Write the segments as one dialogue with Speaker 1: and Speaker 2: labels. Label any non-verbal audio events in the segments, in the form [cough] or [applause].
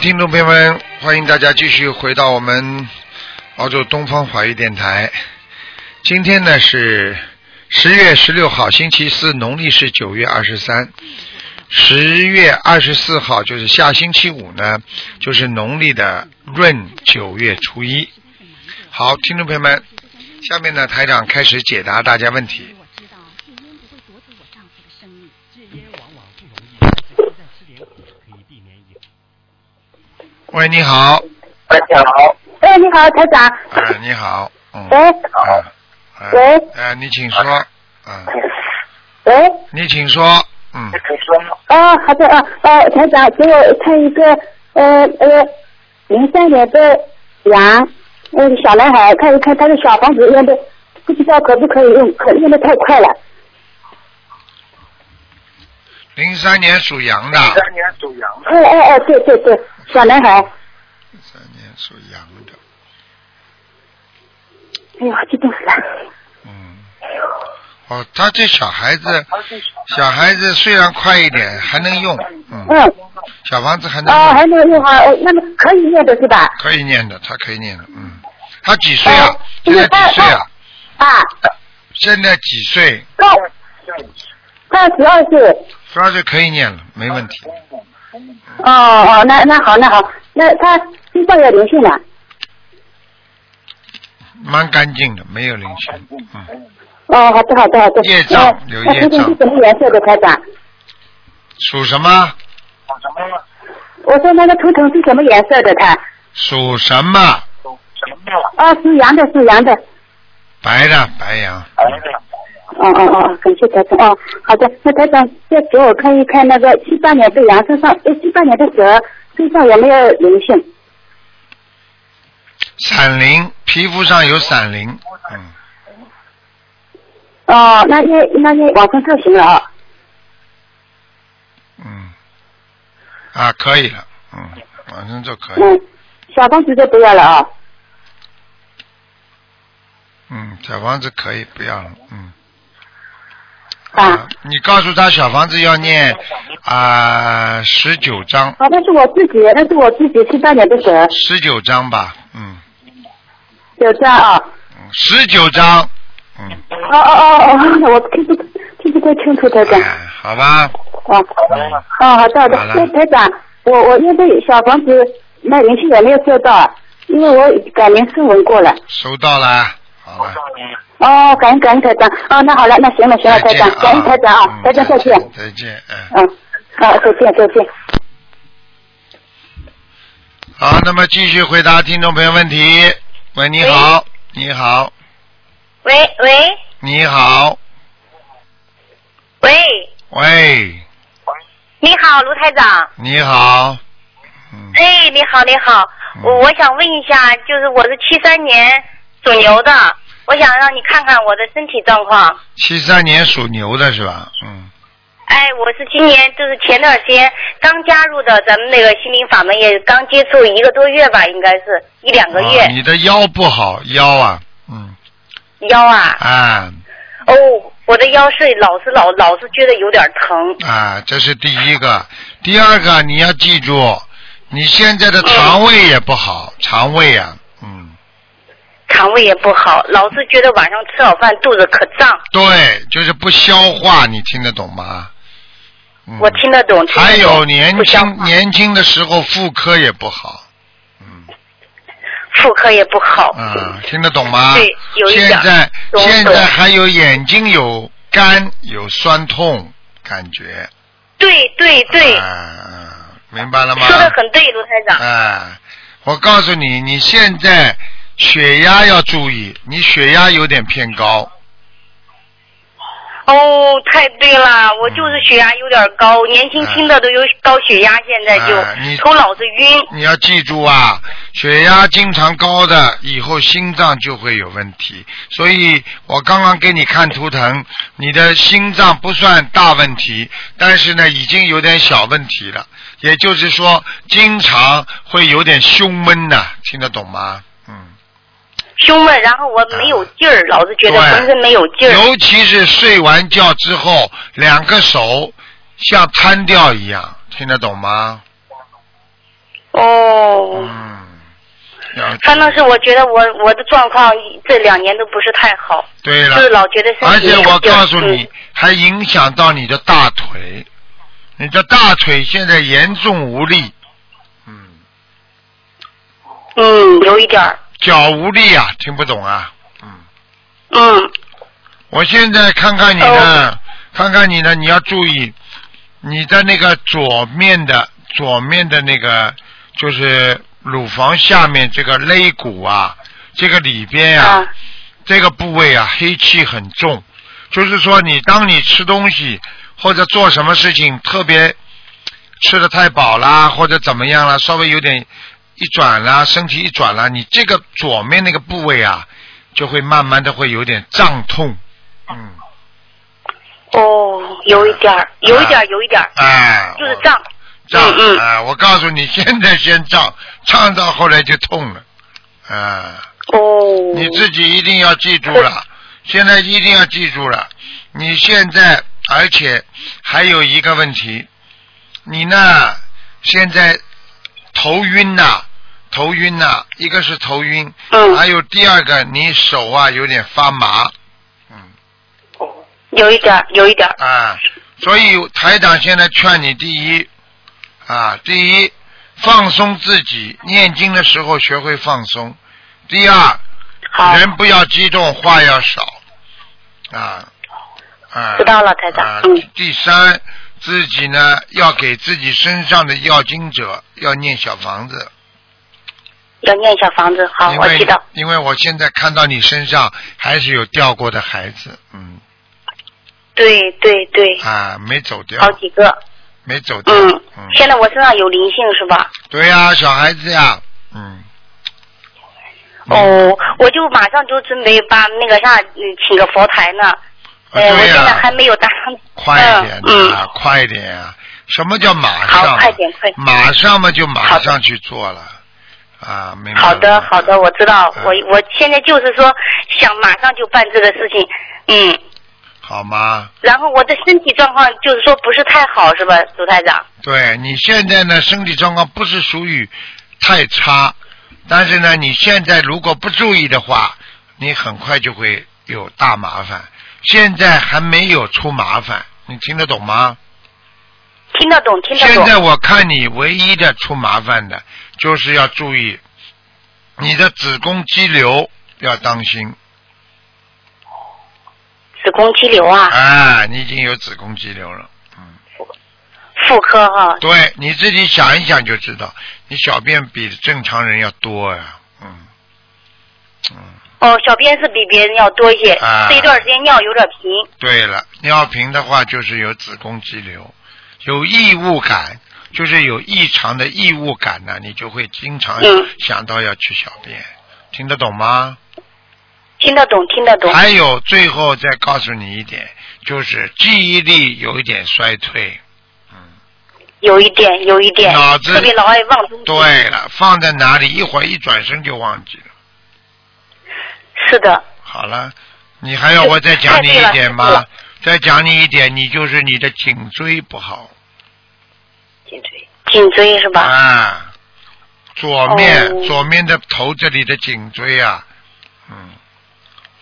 Speaker 1: 听众朋友们，欢迎大家继续回到我们澳洲东方华语电台。今天呢是十月十六号，星期四，农历是九月二十三。十月二十四号就是下星期五呢，就是农历的闰九月初一。好，听众朋友们，下面呢台长开始解答大家问题。
Speaker 2: 我知道戒烟不会夺走我丈夫的生命。
Speaker 1: 喂，你好，
Speaker 3: 大家好，
Speaker 4: 哎，你好，台长。
Speaker 1: 哎、你好，嗯，
Speaker 4: 喂
Speaker 1: 啊，哎、
Speaker 4: 喂
Speaker 1: 哎你请说，嗯，
Speaker 4: 喂，
Speaker 1: 你请说，嗯，
Speaker 3: 你说吗？
Speaker 4: 哦，好的，哦，哦，台长，给我看一个，呃呃，零三年的羊，呃，小男孩，看一看他的小房子用的，不知道可不可以用，可用的太快了。
Speaker 1: 零三年属羊的，
Speaker 3: 三年属羊的，
Speaker 4: 哎哎哎，对对对，小男孩，
Speaker 1: 零三年属羊的，
Speaker 4: 哎呀，激动死了。
Speaker 1: 嗯，哦，他这小孩子，小孩子虽然快一点，还能用，嗯，
Speaker 4: 嗯，
Speaker 1: 小房子还能
Speaker 4: 哦，
Speaker 1: 用，
Speaker 4: 还没有用啊，哦，那么可以念的是吧？
Speaker 1: 可以念的，他可以念的，嗯，他几岁啊
Speaker 4: 哦？
Speaker 1: 现在几岁啊？
Speaker 4: 啊，
Speaker 1: 现在几岁？
Speaker 4: 到到十二岁。
Speaker 1: 十二岁可以念了，没问题。
Speaker 4: 哦哦，那那好那好，那他身上有灵性了。
Speaker 1: 蛮干净的，没有灵性。嗯，
Speaker 4: 哦，好的好的好的。
Speaker 1: 业障有业障
Speaker 4: 那是什么颜色的台长？
Speaker 1: 属什么？
Speaker 3: 属什么？
Speaker 4: 我说那个图腾是什么颜色的？它
Speaker 1: 属什么？
Speaker 3: 属什么？
Speaker 4: 哦，属羊的，属羊的。
Speaker 1: 白的白羊。
Speaker 3: 哎呀，
Speaker 4: 哦哦哦，感谢台长。哦，好的，那台长再给我看一看那个七八年的羊身上，呃，七八年的蛇身上有没有灵性？
Speaker 1: 闪灵，皮肤上有闪灵。嗯，
Speaker 4: 哦，那那那那往生咒行了啊、
Speaker 1: 嗯，啊，可以了。嗯，晚上就可以。
Speaker 4: 嗯，小房子就不要了啊、
Speaker 1: 嗯，小房子可以不要了。嗯。
Speaker 4: 啊，
Speaker 1: 你告诉他小房子要念啊十九章，
Speaker 4: 好，那是我自己，那是我自己七八年的蛇，
Speaker 1: 十九章吧。嗯，
Speaker 4: 就这样啊、
Speaker 1: 十九章。嗯，
Speaker 4: 哦哦哦哦，我听不听不太清楚，台长。
Speaker 1: 哎，好吧。
Speaker 4: 啊，
Speaker 1: 嗯
Speaker 4: 哦，好的好的
Speaker 1: 好了。
Speaker 4: 那台长，我我因为小房子那联系有没有做到啊？因为我改名声纹过了。
Speaker 1: 收到了，好
Speaker 3: 我
Speaker 1: 了
Speaker 3: 告，诉你，
Speaker 4: 哦，感恩感恩台长。哦，那好了，那行了行了，
Speaker 1: 再
Speaker 4: 台
Speaker 1: 见
Speaker 4: 长，感恩台长啊，
Speaker 1: 嗯
Speaker 4: 台长再见。
Speaker 1: 再见，啊嗯，
Speaker 4: 嗯，好，再见再见。
Speaker 1: 好，那么继续回答听众朋友问题。喂，你好，你好，
Speaker 5: 喂喂
Speaker 1: 你好，
Speaker 5: 喂，
Speaker 1: 喂，
Speaker 5: 你好，卢台长。
Speaker 1: 你好，嗯，
Speaker 5: 哎，你好，你好，
Speaker 1: 嗯
Speaker 5: 我我想问一下，就是我是七三年属牛的，我想让你看看我的身体状况。
Speaker 1: 七三年属牛的是吧？嗯，
Speaker 5: 哎，我是今年就是前段时间刚加入的咱们那个心灵法门，也刚接触一个多月吧，应该是一两个月
Speaker 1: 哦。你的腰不好，腰啊，嗯，
Speaker 5: 腰啊，
Speaker 1: 啊
Speaker 5: 哦，我的腰是老是老老是觉得有点疼。
Speaker 1: 啊，这是第一个，第二个你要记住，你现在的肠胃也不好，肠胃啊，嗯。
Speaker 5: 肠胃也不好，老是觉得晚上吃好饭肚子可胀，
Speaker 1: 对，就是不消化，你听得懂吗？嗯、
Speaker 5: 我听得懂。听得懂
Speaker 1: 还有年
Speaker 5: 不消
Speaker 1: 轻
Speaker 5: 化
Speaker 1: 年轻的时候妇科也不好，嗯
Speaker 5: 妇科也不好。
Speaker 1: 啊，听得懂吗？
Speaker 5: 对有一
Speaker 1: 现
Speaker 5: 点
Speaker 1: 在
Speaker 5: 懂
Speaker 1: 现
Speaker 5: 懂
Speaker 1: 在还有眼睛有干有酸痛感觉，
Speaker 5: 对对对，
Speaker 1: 啊，啊明白了吗？
Speaker 5: 说的很对，卢台长。
Speaker 1: 啊，我告诉你，你现在血压要注意，你血压有点偏高，
Speaker 5: 哦，太对了，我就是血压有点高，年轻轻的都有高血压，现在就、
Speaker 1: 啊嗯你
Speaker 5: 头脑子晕。
Speaker 1: 你要记住啊，血压经常高的，以后心脏就会有问题。所以我刚刚给你看图腾，你的心脏不算大问题，但是呢，已经有点小问题了。也就是说，经常会有点胸闷呐、听得懂吗？嗯，
Speaker 5: 胸闷，然后我没有劲儿，老是觉得
Speaker 1: 对
Speaker 5: 浑身没有劲儿。
Speaker 1: 尤其是睡完觉之后，两个手像瘫掉一样，听得懂吗？
Speaker 5: 哦，
Speaker 1: 嗯，要
Speaker 5: 反正是我觉得我我的状况这两年都不是太好，
Speaker 1: 对
Speaker 5: 就
Speaker 1: 了
Speaker 5: 是，老觉得身体
Speaker 1: 而且我
Speaker 5: 有点
Speaker 1: 告诉你
Speaker 5: 嗯，
Speaker 1: 还影响到你的大腿，你的大腿现在严重无力，嗯，
Speaker 5: 嗯，有一点儿，
Speaker 1: 脚无力啊，听不懂啊，嗯，
Speaker 5: 嗯，
Speaker 1: 我现在看看你呢，看看你呢，你要注意，你的那个左面的左面的那个就是乳房下面这个肋骨啊，这个里边呀、
Speaker 5: 啊，
Speaker 1: 这个部位啊，黑气很重，就是说你当你吃东西或者做什么事情特别吃的太饱啦，或者怎么样啦，稍微有点一转啦，身体一转啦，你这个左面那个部位啊，就会慢慢的会有点胀痛，嗯，
Speaker 5: 哦，有一点儿，有一点儿，有一点儿，
Speaker 1: 哎，
Speaker 5: 就是
Speaker 1: 我
Speaker 5: 胀，
Speaker 1: 胀，
Speaker 5: 嗯嗯
Speaker 1: 哎，我告诉你，现在先胀， [laughs] 胀到后来就痛了，啊。
Speaker 5: 哦，
Speaker 1: 你自己一定要记住了，现在一定要记住了。你现在，而且还有一个问题，你呢现在头晕呐、头晕呐、一个是头晕，
Speaker 5: 嗯
Speaker 1: 还有第二个你手啊有点发麻，
Speaker 5: 有一点儿，有一点儿，
Speaker 1: 啊，所以台长现在劝你，第一，啊，第一，放松自己，念经的时候学会放松；第二，
Speaker 5: 好，
Speaker 1: 人不要激动，话要少，啊啊，
Speaker 5: 知道了台长
Speaker 1: 啊
Speaker 5: 嗯
Speaker 1: 第三，自己呢要给自己身上的要经者要念小房子，
Speaker 5: 要念小房子，好，
Speaker 1: 因
Speaker 5: 啊我知
Speaker 1: 为
Speaker 5: 道，
Speaker 1: 因为我现在看到你身上还是有掉过的孩子，嗯
Speaker 5: 对对对，
Speaker 1: 啊，没走掉，
Speaker 5: 好几个，
Speaker 1: 没走掉，
Speaker 5: 嗯
Speaker 1: 嗯，
Speaker 5: 现在我身上有灵性是吧？
Speaker 1: 对呀、小孩子呀，嗯，嗯
Speaker 5: 哦，我就马上就准备把那个啥，嗯请个佛台呢。
Speaker 1: 啊
Speaker 5: 哎，我
Speaker 1: 对
Speaker 5: 现在
Speaker 1: 呀、
Speaker 5: 还没有达
Speaker 1: [laughs] 快一点
Speaker 5: 嗯
Speaker 1: 啊，快一点啊！什么叫马上啊？
Speaker 5: 好快点快点
Speaker 1: 马上嘛，就马上去做了啊！明白了
Speaker 5: 好的，好的，我知道，
Speaker 1: 嗯
Speaker 5: 我我现在就是说想马上就办这个事情，嗯，
Speaker 1: 好吗？
Speaker 5: 然后我的身体状况就是说不是太好，是吧，卢台长？
Speaker 1: 对你现在呢，身体状况不是属于太差，但是呢，你现在如果不注意的话，你很快就会有大麻烦。现在还没有出麻烦，你听得懂吗？
Speaker 5: 听得懂，听得
Speaker 1: 现
Speaker 5: 懂。
Speaker 1: 在我看你唯一的出麻烦的，就是要注意你的子宫肌瘤要当心。
Speaker 5: 子宫肌瘤啊，
Speaker 1: 啊，你已经有子宫肌瘤了。嗯，
Speaker 5: 妇科哈、
Speaker 1: 对，你自己想一想就知道，你小便比正常人要多呀、嗯，嗯，
Speaker 5: 哦，小便是比别人要多一些，
Speaker 1: 啊
Speaker 5: 这一段时间尿有点频，
Speaker 1: 对了，尿频的话就是有子宫肌瘤，有异物感，就是有异常的异物感呢、你就会经常
Speaker 5: 嗯
Speaker 1: 想到要去小便，听得懂吗？
Speaker 5: 听得懂，听得懂。
Speaker 1: 还有最后再告诉你一点，就是记忆力有一点衰退。
Speaker 5: 有一点，有一点，
Speaker 1: 脑子
Speaker 5: 特别老爱忘东西。，
Speaker 1: 对了，放在哪里，一会儿一转身就忘记了。
Speaker 5: 是的，
Speaker 1: 好了，你还要我再讲你一点
Speaker 5: 太对了太对
Speaker 1: 吗
Speaker 5: 了？
Speaker 1: 再讲你一点，你就是你的颈椎不好
Speaker 5: 颈椎，颈椎是吧？
Speaker 1: 啊，左面、
Speaker 5: 哦
Speaker 1: 左面的头这里的颈椎啊，嗯，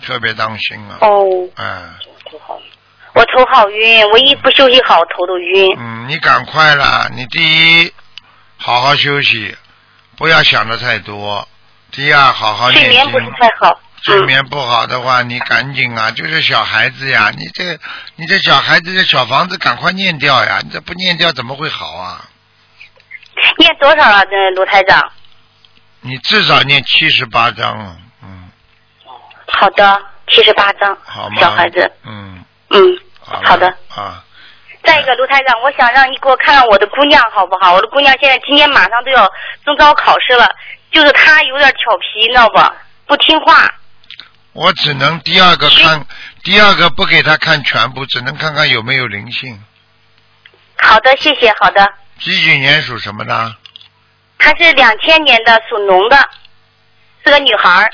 Speaker 1: 特别当心啊，
Speaker 5: 哦，
Speaker 1: 啊，
Speaker 5: 头好晕，我头好晕，我一不休息好，头都 [laughs] 晕。
Speaker 1: 嗯，你赶快啦，你第一好好休息，不要想的太多，第二好好念
Speaker 5: 睡眠不是
Speaker 1: 经。
Speaker 5: 太好，
Speaker 1: 睡
Speaker 5: 嗯，
Speaker 1: 眠不好的话，你赶紧啊，就是小孩子呀，你这你这小孩子的小房子赶快念掉呀，你这不念掉怎么会好啊？
Speaker 5: 念多少啊？这卢台长，
Speaker 1: 你至少念七十八章啊，嗯，
Speaker 5: 好的，七十八章
Speaker 1: 好，吗？
Speaker 5: 小孩子，
Speaker 1: 嗯，
Speaker 5: 嗯，
Speaker 1: 好了
Speaker 5: 好的。
Speaker 1: 啊，
Speaker 5: 再一个，卢台长，我想让你给我看看我的姑娘好不好？我的姑娘现在今年马上都要中招考试了，就是她有点调皮，你知道不？不听话。
Speaker 1: 我只能第二个
Speaker 5: 嗯
Speaker 1: 看，第二个不给他看全部，只能看看有没有灵性。
Speaker 5: 好的，谢谢，好的。
Speaker 1: 几几年属什么的？
Speaker 5: 她是两千年的，属龙的，是个女孩儿。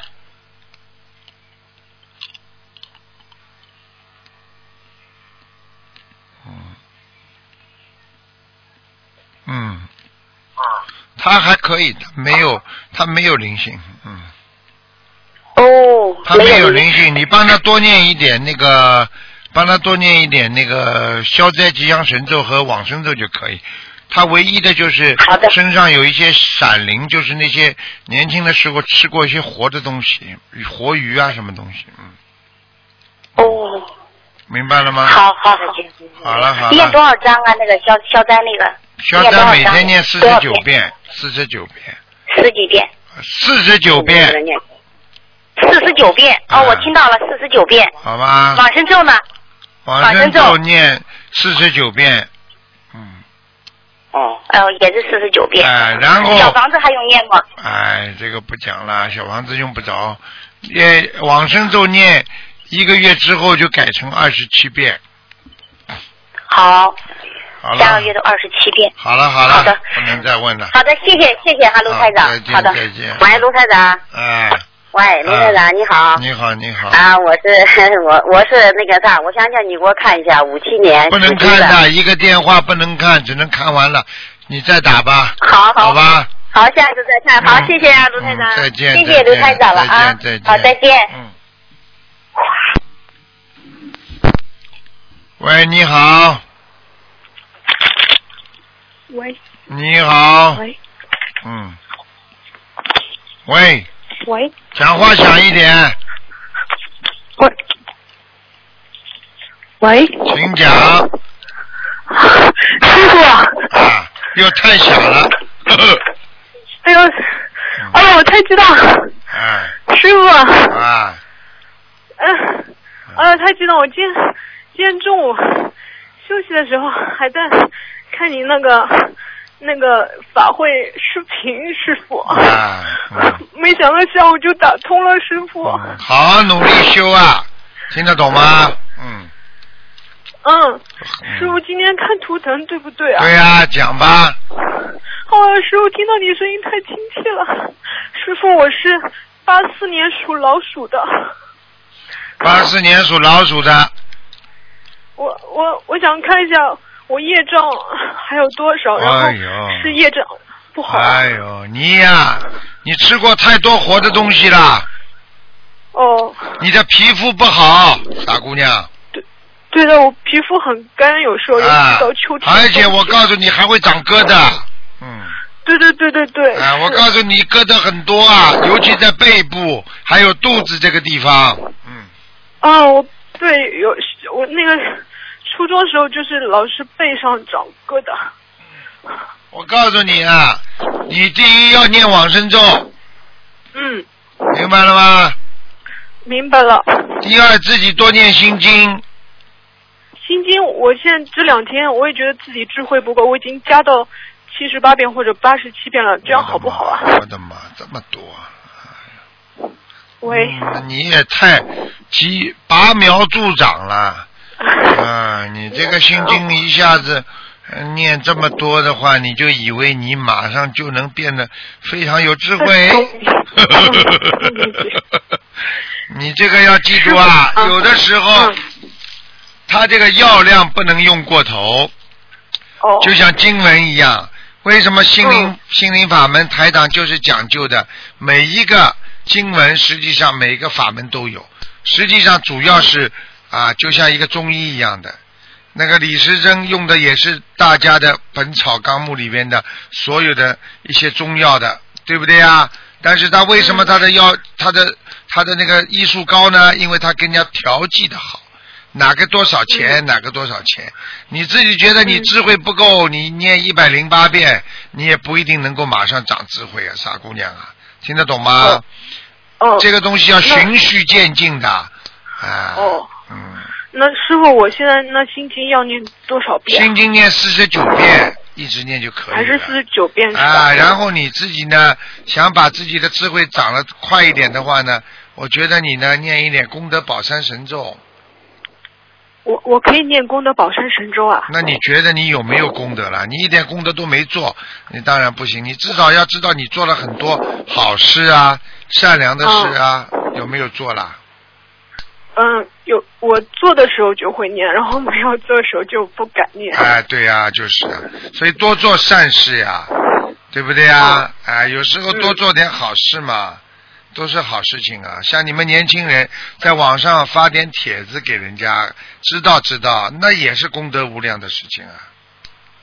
Speaker 1: 嗯，
Speaker 3: 啊，
Speaker 1: 嗯他还可以的，没有他没有灵性，嗯，
Speaker 5: 哦，
Speaker 1: 他
Speaker 5: 没
Speaker 1: 没有
Speaker 5: 灵
Speaker 1: 灵性，你帮他多念一点那个，帮他多念一点那个消灾吉祥神咒和往生咒就可以。他唯一的就是
Speaker 5: 好的
Speaker 1: 身上有一些闪灵，就是那些年轻的时候吃过一些活的东西，活鱼啊什么东西，嗯，
Speaker 5: 哦，
Speaker 1: 明白了吗？
Speaker 5: 好好好。
Speaker 1: 好了好
Speaker 5: 念多
Speaker 1: 了，
Speaker 5: 少张啊？那个消消灾那个
Speaker 1: 消
Speaker 5: 念多
Speaker 1: 灾
Speaker 5: 少
Speaker 1: 每
Speaker 5: 章
Speaker 1: 天念四
Speaker 5: 多
Speaker 1: 十
Speaker 5: 少
Speaker 1: 九
Speaker 5: 遍
Speaker 1: 遍，四十九遍，
Speaker 5: 十几遍？
Speaker 1: 四十九遍，
Speaker 5: 四十九遍。哦，
Speaker 1: 啊
Speaker 5: 我听到了，四十九遍。
Speaker 1: 好吧？
Speaker 5: 往生咒呢？
Speaker 1: 往生
Speaker 5: 往生咒
Speaker 1: 咒念四十九遍，嗯，
Speaker 5: 呃，也是四十九遍。
Speaker 1: 哎，然后
Speaker 5: 小房子还用念吗？
Speaker 1: 哎，这个不讲了，小房子用不着。也往生咒念一个月之后就改成二十七遍，
Speaker 5: 好，
Speaker 1: 好
Speaker 5: 下个
Speaker 1: 了，
Speaker 5: 月的二十七遍。
Speaker 1: 好了好
Speaker 5: 好
Speaker 1: 了
Speaker 5: 的，
Speaker 1: 不能再问了，
Speaker 5: 好的，谢谢谢谢哈，卢
Speaker 1: 好
Speaker 5: 台长
Speaker 1: 再。见
Speaker 5: 好的，
Speaker 1: 再见
Speaker 5: 喂，卢台长，
Speaker 1: 哎，
Speaker 6: 喂，卢院
Speaker 1: 嗯
Speaker 6: 长，你好。
Speaker 1: 你好你好，
Speaker 6: 啊，我是 [laughs] 我我是那个啥，我想叫你给我看一下五七年
Speaker 1: 不能
Speaker 6: 属鸡
Speaker 1: 看
Speaker 6: 的。
Speaker 1: 的，一个电话不能看，只能看完了，你再打吧，
Speaker 6: 好好
Speaker 1: 好吧，
Speaker 6: 好，下次再看。好，
Speaker 1: 嗯
Speaker 6: 谢谢啊，卢台
Speaker 1: 嗯
Speaker 6: 长。
Speaker 1: 再见，
Speaker 5: 谢谢
Speaker 1: 再见
Speaker 5: 卢台长了啊
Speaker 1: 再见，
Speaker 5: 好再
Speaker 6: 哎
Speaker 5: 见
Speaker 1: 嗯。喂，你好，
Speaker 7: 喂
Speaker 1: 你好，
Speaker 7: 喂
Speaker 1: 嗯，喂，
Speaker 7: 喂
Speaker 1: 讲话响一点，
Speaker 7: 喂喂，
Speaker 1: 请讲
Speaker 7: 师傅啊，
Speaker 1: 啊，又太小了， [laughs] 呵呵
Speaker 7: 哎呦，哎呦，我才知道，
Speaker 1: 哎
Speaker 7: 师傅啊，
Speaker 1: 啊，
Speaker 7: 嗯、哎呦，太激动！我今天今天中午休息的时候还在看你那个那个法会视频，师傅。
Speaker 1: 啊嗯
Speaker 7: [laughs] 没想到下午就打通了，师傅。
Speaker 1: 嗯好好努力修啊，听得懂吗？嗯，
Speaker 7: 嗯，
Speaker 1: 嗯
Speaker 7: 师傅今天看图腾对不对啊？
Speaker 1: 对呀、讲吧，
Speaker 7: 哦，师傅，听到你声音太亲切了。师傅，我是八四年属老鼠的，
Speaker 1: 八四年属老鼠的，
Speaker 7: 我我我想看一下我业障还有多少，然后
Speaker 1: 哎呦
Speaker 7: 是业障不好。
Speaker 1: 哎呦，你呀、你吃过太多活的东西了，
Speaker 7: 哦，
Speaker 1: 你的皮肤不好，傻姑娘。
Speaker 7: 对的，我皮肤很干，有时候尤
Speaker 1: 啊
Speaker 7: 其到秋天的时候。
Speaker 1: 而且我告诉你，还会长疙瘩。嗯，
Speaker 7: 对对对对对。
Speaker 1: 哎，我
Speaker 7: 是
Speaker 1: 告诉你，疙瘩很多啊，尤其在背部还有肚子这个地方。嗯，
Speaker 7: 啊，我对有我那个初中时候就是老是背上长疙瘩。
Speaker 1: 我告诉你啊，你第一要念往生咒，
Speaker 7: 嗯，
Speaker 1: 明白了吗？
Speaker 7: 明白了。
Speaker 1: 第二，自己多念心经。
Speaker 7: 心经，我现在这两天我也觉得自己智慧不够，我已经加到七十八遍或者八十七遍了，这样好不好啊？
Speaker 1: 我的妈，这么多啊！
Speaker 7: 喂，
Speaker 1: 嗯你也太急拔苗助长了。啊，你这个心经一下子呃念这么多的话，你就以为你马上就能变得非常有智慧。 [laughs] 你这个要记住啊，
Speaker 7: 嗯
Speaker 1: 有的时候
Speaker 7: 嗯
Speaker 1: 它这个药量不能用过头，
Speaker 7: 哦，
Speaker 1: 就像经文一样。为什么心灵、
Speaker 7: 嗯
Speaker 1: 心灵法门台长就是讲究的？每一个经文，实际上每一个法门都有，实际上主要是啊，就像一个中医一样的。那个李时珍用的也是大家的《本草纲目》里边的所有的一些中药的，对不对啊？但是他为什么他的药、
Speaker 7: 嗯
Speaker 1: 他的他的那个医术高呢？因为他跟人家调剂的好，哪个多少
Speaker 7: 嗯
Speaker 1: 钱，哪个多少钱。你自己觉得你智慧不够，你念一百零八遍，你也不一定能够马上长智慧啊，傻姑娘啊，听得懂吗？
Speaker 7: 哦哦，
Speaker 1: 这个东西要循序渐进的，啊，
Speaker 7: 哦，
Speaker 1: 嗯，
Speaker 7: 那师傅，我现在那心经要念多少遍？啊
Speaker 1: 心经念四十九遍，一直念就可以了。
Speaker 7: 还是四十九遍是吧？
Speaker 1: 啊，然后你自己呢，想把自己的智慧长得快一点的话呢，我觉得你呢念一点功德宝山神咒。
Speaker 7: 我我可以念功德宝山神咒啊。
Speaker 1: 那你觉得你有没有功德了？你一点功德都没做，你当然不行。你至少要知道你做了很多好事啊、善良的事啊，
Speaker 7: 哦
Speaker 1: 有没有做了？
Speaker 7: 嗯，有我做的时候就会念，然后没有做的时候就不敢念。
Speaker 1: 啊哎，对呀、就是啊，所以多做善事呀、对不对啊？
Speaker 7: 嗯
Speaker 1: 啊，有时候多做点好事嘛，都是好事情啊。像你们年轻人在网上发点帖子给人家知道知道，那也是功德无量的事情啊，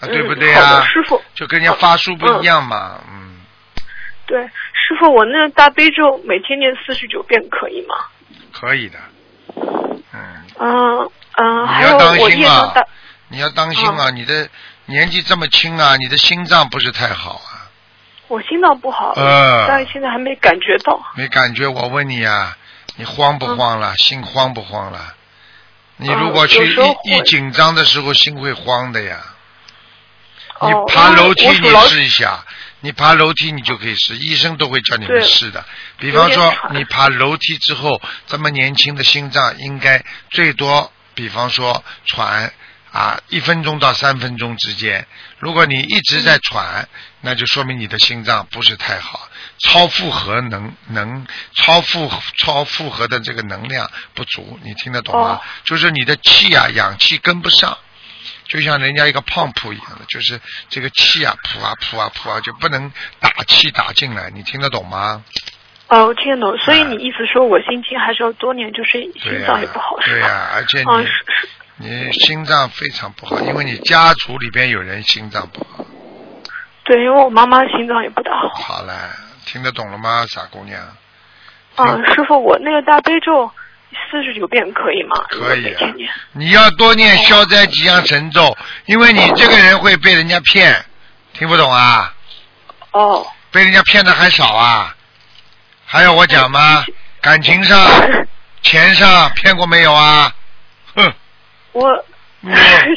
Speaker 1: 啊，对不对
Speaker 7: 嗯好
Speaker 1: 啊
Speaker 7: 的，？师傅，
Speaker 1: 就跟人家发书不一样嘛，嗯，
Speaker 7: 对，师傅，我那大悲咒每天念四十九遍可以吗？
Speaker 1: 可以的，嗯，
Speaker 7: 嗯嗯，
Speaker 1: 你
Speaker 7: 还
Speaker 1: 要
Speaker 7: 有
Speaker 1: 当
Speaker 7: 我
Speaker 1: 心
Speaker 7: 业
Speaker 1: 啊
Speaker 7: 障大，
Speaker 1: 你要当心
Speaker 7: 哦
Speaker 1: 啊，你的年纪这么轻啊，你的心脏不是太好啊，
Speaker 7: 我心脏不好，
Speaker 1: 呃
Speaker 7: 但是现在还没感觉到。
Speaker 1: 没感觉。我问你啊，你慌不慌了？心慌不慌了？你如果
Speaker 7: 嗯
Speaker 1: 去
Speaker 7: 有时候会
Speaker 1: 一一紧张的时候，心会慌的呀。你
Speaker 7: 哦，
Speaker 1: 爬
Speaker 7: 因为
Speaker 1: 楼梯
Speaker 7: 我属
Speaker 1: 你
Speaker 7: 老
Speaker 1: 试一下，你爬楼梯你就可以试，医生都会叫你们
Speaker 7: 对
Speaker 1: 试的。比
Speaker 7: 有
Speaker 1: 方
Speaker 7: 点
Speaker 1: 说
Speaker 7: 喘
Speaker 1: 你爬楼梯之后，这么年轻的心脏应该最多，比方说喘啊一分钟到三分钟之间。如果你一直
Speaker 7: 嗯
Speaker 1: 在喘，那就说明你的心脏不是太好，超负荷能能超负超负荷的这个能量不足，你听得懂吗？
Speaker 7: 哦
Speaker 1: 就是你的气啊，氧气跟不上。就像人家一个胖扑一样的，就是这个气啊，扑啊扑啊扑啊，就不能打气打进来，你听得懂吗？
Speaker 7: 哦，我听得懂。所以你意思说我心情还是要多念，就是
Speaker 1: 对
Speaker 7: 心
Speaker 1: 呀、
Speaker 7: 脏也不好，
Speaker 1: 对
Speaker 7: 是
Speaker 1: 呀、
Speaker 7: 吧？
Speaker 1: 而且
Speaker 7: 嗯，
Speaker 1: 你、
Speaker 7: 是是。
Speaker 1: 你心脏非常不好，因为你家族里边有人心脏不好。
Speaker 7: 对，因为我妈妈心脏也不大好。
Speaker 1: 好了，听得懂了吗，傻姑娘？
Speaker 7: 嗯，师傅，我那个大悲咒四十九遍可以吗？
Speaker 1: 可以啊
Speaker 7: 我每天念。
Speaker 1: 你要多念消灾吉祥神咒，因为你这个人会被人家骗，听不懂啊？
Speaker 7: 哦，
Speaker 1: 被人家骗的还少啊？还要我讲吗？感情上、钱上骗过没有啊？哼，
Speaker 7: [laughs] 我
Speaker 1: 我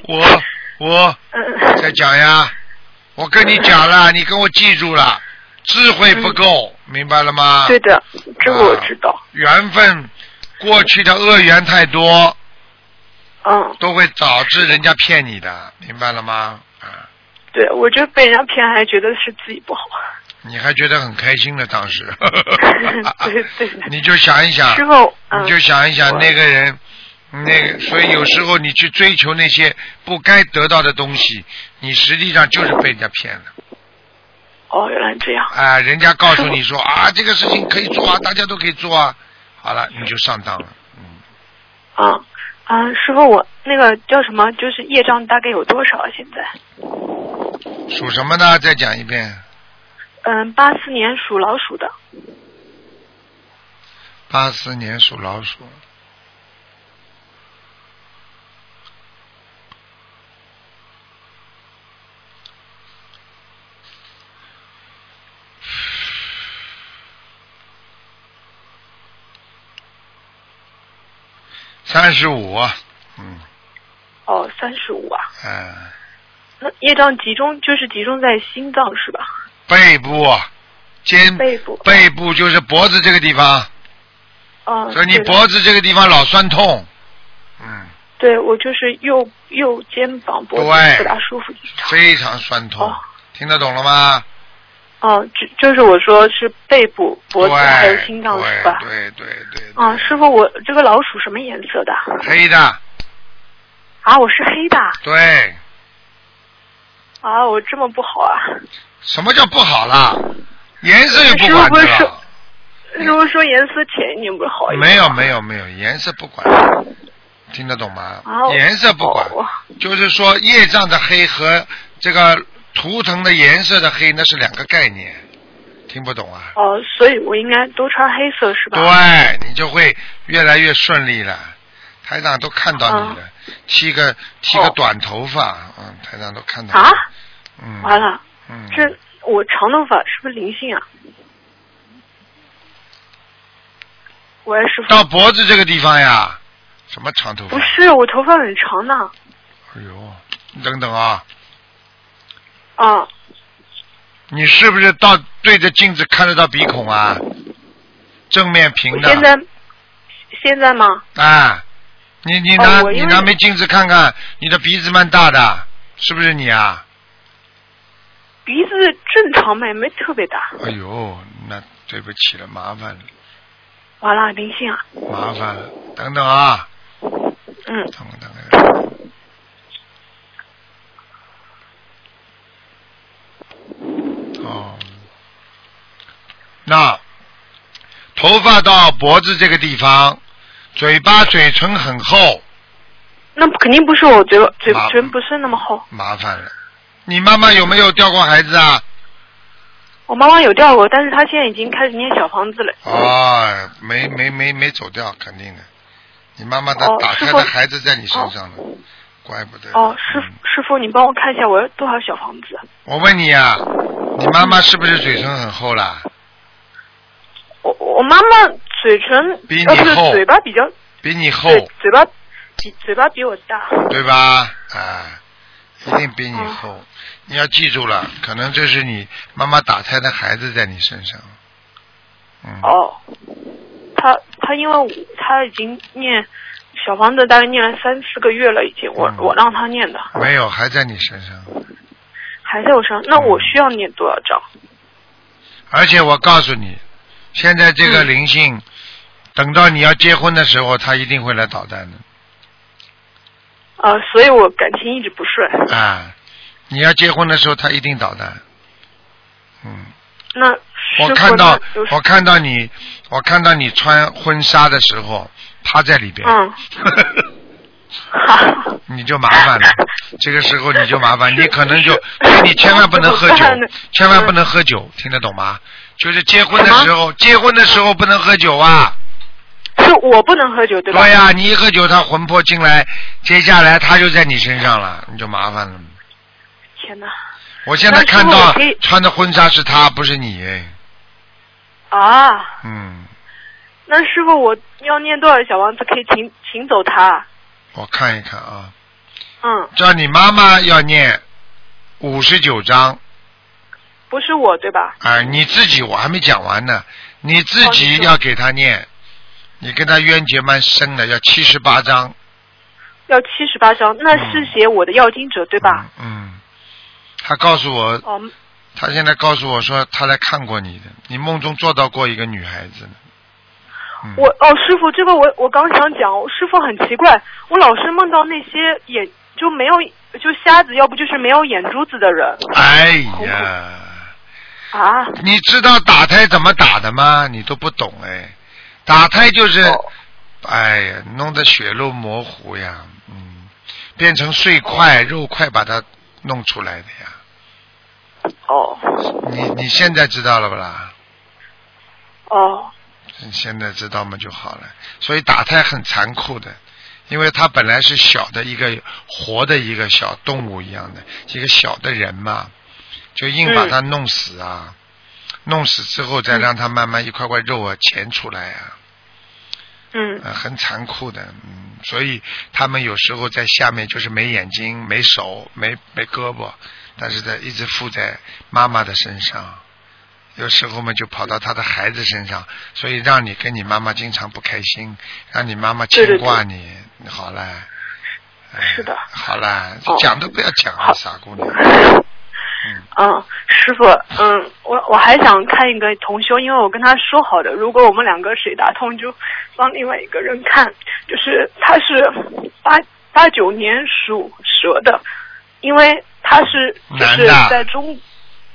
Speaker 1: 我我
Speaker 7: 嗯
Speaker 1: 再讲呀，我跟你讲了，你跟我记住了，智慧不够，明白了吗？
Speaker 7: 对的，这个我
Speaker 1: 啊
Speaker 7: 知道。
Speaker 1: 缘分，过去的恶缘太多，
Speaker 7: 嗯，
Speaker 1: 都会导致人家骗你的，明白了吗？啊。
Speaker 7: 对，我觉得被人家骗还觉得是自己不好。。
Speaker 1: 你还觉得很开心呢，当时
Speaker 7: [laughs] 对对对
Speaker 1: [laughs] 你就想一想
Speaker 7: 师，傅，嗯，
Speaker 1: 你就想一想
Speaker 7: 我
Speaker 1: 那个人，那个，所以有时候你去追求那些不该得到的东西，你实际上就是被人家骗了。
Speaker 7: 哦，原来这样。
Speaker 1: 啊、人家告诉你说啊，这个事情可以做啊，大家都可以做啊，好了，你就上当了。
Speaker 7: 啊啊，师傅，我那个叫什么？就是业障大概有多少啊？现在？
Speaker 1: 属什么呢？再讲一遍，
Speaker 7: 嗯，八四年属老鼠的。
Speaker 1: 八四年属老鼠。三十五，嗯，
Speaker 7: 哦，三十五啊。
Speaker 1: 哎、
Speaker 7: 那业障集中就是集中在心脏是吧？
Speaker 1: 背部、啊肩、
Speaker 7: 背部
Speaker 1: 背部就是脖子这个地方，
Speaker 7: 嗯，
Speaker 1: 所以你
Speaker 7: 对的
Speaker 1: 脖子这个地方老酸痛，嗯，
Speaker 7: 对我就是右右肩膀脖
Speaker 1: 对
Speaker 7: 子不大舒服经常。
Speaker 1: 非常酸痛，
Speaker 7: 哦
Speaker 1: 听得懂了吗？
Speaker 7: 哦，就就是我说是背部、脖子
Speaker 1: 对
Speaker 7: 还有心脏是吧？
Speaker 1: 对对对对。
Speaker 7: 啊，师傅，我这个老鼠什么颜色的？
Speaker 1: 黑的，
Speaker 7: 啊，我是黑的。
Speaker 1: 对，
Speaker 7: 啊，我这么不好啊！
Speaker 1: 什么叫不好啦？颜色也不管
Speaker 7: 师傅不
Speaker 1: 的
Speaker 7: 是
Speaker 1: 了，
Speaker 7: 师傅说颜色浅一点不是好一点？
Speaker 1: 没有没有没有，颜色不管，听得懂吗？
Speaker 7: 啊，我
Speaker 1: 颜色不管，
Speaker 7: 哦
Speaker 1: 就是说业障的黑和这个图腾的颜色的黑那是两个概念，听不懂啊？
Speaker 7: 哦，所以我应该都穿黑色是吧？
Speaker 1: 对，你就会越来越顺利了。台长都看到你了，剃个剃个
Speaker 7: 哦
Speaker 1: 短头发，嗯，台长都看到你
Speaker 7: 啊，
Speaker 1: 嗯，
Speaker 7: 完，了，
Speaker 1: 嗯，
Speaker 7: 这我长头发是不是灵性啊？喂，师傅，
Speaker 1: 到脖子这个地方呀，什么长头发？
Speaker 7: 不是，我头发很长呢。
Speaker 1: 哎呦，你等等啊，
Speaker 7: 啊，
Speaker 1: 你是不是到对着镜子看得到鼻孔啊？正面
Speaker 7: 我
Speaker 1: 平的。
Speaker 7: 现在现在吗？
Speaker 1: 啊，你你拿、
Speaker 7: 哦我
Speaker 1: 你
Speaker 7: 因为
Speaker 1: 拿枚镜子看看，你的鼻子蛮大的，是不是你啊？
Speaker 7: 鼻子正常嘛，也没特别大。
Speaker 1: 哎呦，那对不起了，麻烦了，
Speaker 7: 完了，灵性啊，
Speaker 1: 麻烦了，等等啊，
Speaker 7: 嗯，
Speaker 1: 等等等。哦，那头发到脖子这个地方，嘴巴嘴唇很厚，
Speaker 7: 那肯定不是我嘴嘴
Speaker 1: 啊
Speaker 7: 唇不是那么厚，
Speaker 1: 麻烦了。你妈妈有没有掉过孩子啊？
Speaker 7: 我妈妈有掉过，但是她现在已经开始念小房子了。
Speaker 1: 哦，没没没没走掉，肯定的。你妈妈的
Speaker 7: 哦
Speaker 1: 打
Speaker 7: 师
Speaker 1: 胎
Speaker 7: 傅
Speaker 1: 的孩子在你身上了，怪不得。
Speaker 7: 哦，师
Speaker 1: 嗯
Speaker 7: 师傅，你帮我看一下我要多少小房子？
Speaker 1: 我问你啊，你妈妈是不是嘴唇很厚啦？
Speaker 7: 我我妈妈嘴唇
Speaker 1: 比你
Speaker 7: 呃不是
Speaker 1: 厚
Speaker 7: 嘴巴比较
Speaker 1: 比你厚，
Speaker 7: 对嘴巴比嘴巴比我大。
Speaker 1: 对吧？啊，一定比你厚。
Speaker 7: 嗯
Speaker 1: 你要记住了，可能这是你妈妈打胎的孩子在你身上。嗯。
Speaker 7: 哦，他他因为他已经念小房子，大概念了三四个月了，已经我、
Speaker 1: 嗯
Speaker 7: 我让他念的，
Speaker 1: 没有，还在你身上。
Speaker 7: 还在我身上。那
Speaker 1: 嗯
Speaker 7: 我需要念多少张？
Speaker 1: 而且我告诉你，现在这
Speaker 7: 嗯
Speaker 1: 个灵性，等到你要结婚的时候，他一定会来捣蛋的。
Speaker 7: 呃，所以我感情一直不顺。
Speaker 1: 啊，你要结婚的时候，他一定捣蛋。嗯，
Speaker 7: 那师
Speaker 1: 我
Speaker 7: 傅
Speaker 1: 看到
Speaker 7: 那有
Speaker 1: 我看到你，我看到你穿婚纱的时候，他在里边，
Speaker 7: 嗯，好，
Speaker 1: [laughs] 你就麻烦了。这个时候你就麻烦，
Speaker 7: 是
Speaker 1: 你可能就，哎
Speaker 7: 是
Speaker 1: 所以你千万不能喝酒
Speaker 7: 怎么办呢，
Speaker 1: 千万不
Speaker 7: 嗯
Speaker 1: 能喝酒，听得懂吗？就是结婚的时候，结婚的时候不能喝酒啊。
Speaker 7: [laughs] 是我不能喝酒对吧？
Speaker 1: 对呀、你一喝酒，他魂魄进来，接下来他就在你身上了，你就麻烦了。
Speaker 7: 天哪！
Speaker 1: 我现在
Speaker 7: 那
Speaker 1: 看
Speaker 7: 师傅
Speaker 1: 到
Speaker 7: 我可以
Speaker 1: 穿的婚纱是他，不是你，哎
Speaker 7: 啊，
Speaker 1: 嗯，
Speaker 7: 那师傅我要念多少小王子可以请请走他？
Speaker 1: 我看一看啊，
Speaker 7: 嗯，
Speaker 1: 叫你妈妈要念五十九章，
Speaker 7: 不是我对吧？
Speaker 1: 啊、你自己我还没讲完呢，你自
Speaker 7: 哦
Speaker 1: 己
Speaker 7: 你说
Speaker 1: 要给他念，你跟他冤结蛮深的，要七十八章，
Speaker 7: 要七十八张，那是写我的要经者对吧？
Speaker 1: 嗯，嗯，他告诉我，
Speaker 7: 哦，
Speaker 1: 他现在告诉我说他来看过你的，你梦中做到过一个女孩子呢，嗯、
Speaker 7: 我哦，师傅，这个我我刚想讲，师傅很奇怪，我老是梦到那些眼就没有就瞎子，要不就是没有眼珠子的人
Speaker 1: 哎呀，
Speaker 7: 啊。
Speaker 1: 你知道打胎怎么打的吗？你都不懂哎，打胎就是，哎呀，弄得血肉模糊呀，嗯，变成碎块、肉块把它弄出来的呀。
Speaker 7: 哦
Speaker 1: 你你现在知道了不啦？
Speaker 7: 哦
Speaker 1: 你现在知道嘛就好了。所以打胎很残酷的，因为它本来是小的一个活的一个小动物一样的，一个小的人嘛，就硬把它弄死啊，弄死之后再让它慢慢一块块肉啊钳出来啊，
Speaker 7: 嗯
Speaker 1: 呃，很残酷的，嗯，所以他们有时候在下面就是没眼睛、没手、没没胳膊，但是在一直附在妈妈的身上，有时候嘛就跑到他的孩子身上，所以让你跟你妈妈经常不开心，让你妈妈牵挂你，好了，哎
Speaker 7: 是的
Speaker 1: 好了，
Speaker 7: 哦
Speaker 1: 讲都不要讲了，
Speaker 7: 好
Speaker 1: 傻姑
Speaker 7: [laughs]
Speaker 1: 娘，嗯，
Speaker 7: 嗯，师傅，嗯，我我还想看一个同修，因为我跟他说好的，如果我们两个谁打通，就帮另外一个人看，就是他是八八九年属蛇的，因为他是就
Speaker 1: 男
Speaker 7: 是
Speaker 1: 的
Speaker 7: 在中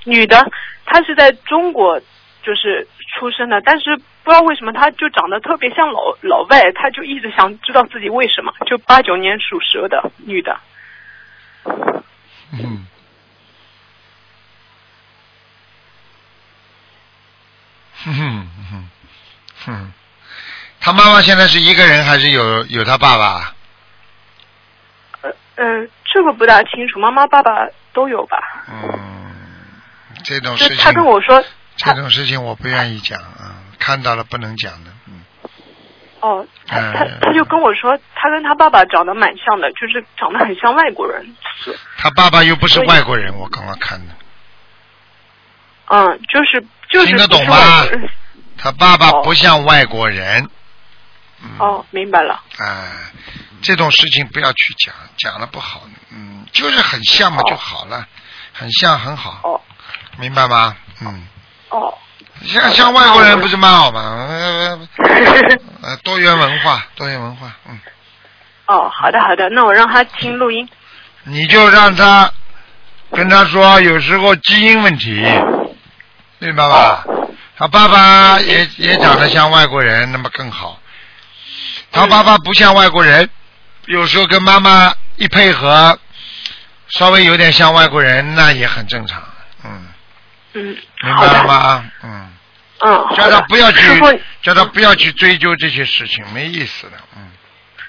Speaker 7: 女的，她是在中国就是出生的，但是不知道为什么她就长得特别像老老外，她就一直想知道自己为什么，就八九年属蛇的女的，
Speaker 1: 嗯，哼哼哼哼，他妈妈现在是一个人还是有有他爸爸？
Speaker 7: 呃呃，这个不大清楚，妈妈爸爸都有吧。
Speaker 1: 嗯，这种
Speaker 7: 就
Speaker 1: 事
Speaker 7: 他
Speaker 1: 情
Speaker 7: 跟，我说，
Speaker 1: 这种事情我不愿意讲啊，看到了不能讲的，嗯，
Speaker 7: 哦，他他
Speaker 1: 嗯
Speaker 7: 他就跟我说，他跟他爸爸长得蛮像的，就是长得很像外国人。
Speaker 1: 他爸爸又不是
Speaker 7: 所以
Speaker 1: 外国人，我刚刚看的，
Speaker 7: 嗯，就是就是
Speaker 1: 听得懂
Speaker 7: 不是外国
Speaker 1: 吗嗯
Speaker 7: 人
Speaker 1: 他爸爸
Speaker 7: 哦
Speaker 1: 不像外国人，嗯，
Speaker 7: 哦，明白了。
Speaker 1: 啊，这种事情不要去讲，讲了不好。嗯，就是很像嘛
Speaker 7: 哦
Speaker 1: 就好了，很像很好。
Speaker 7: 哦
Speaker 1: 明白吗？嗯，
Speaker 7: 哦，
Speaker 1: 像像外国人不是蛮好吗？呃，呃多元文化，多元文化。嗯，
Speaker 7: 哦，好的好的，那我让他听录音。
Speaker 1: 你就让他
Speaker 7: 哦
Speaker 1: 跟他说，有时候基因问题，明白吧？他爸爸也也长得像外国人，那么更好。他爸爸不像外国人，有时候跟妈妈一配合，稍微有点像外国人，那也很正常。嗯，
Speaker 7: 嗯，
Speaker 1: 明
Speaker 7: 好
Speaker 1: 白了
Speaker 7: 的，
Speaker 1: 吗？嗯，
Speaker 7: 嗯，好
Speaker 1: 叫他
Speaker 7: 的。
Speaker 1: 不要去
Speaker 7: 师傅，
Speaker 1: 叫他不要去追究这些事情，没意思的。嗯，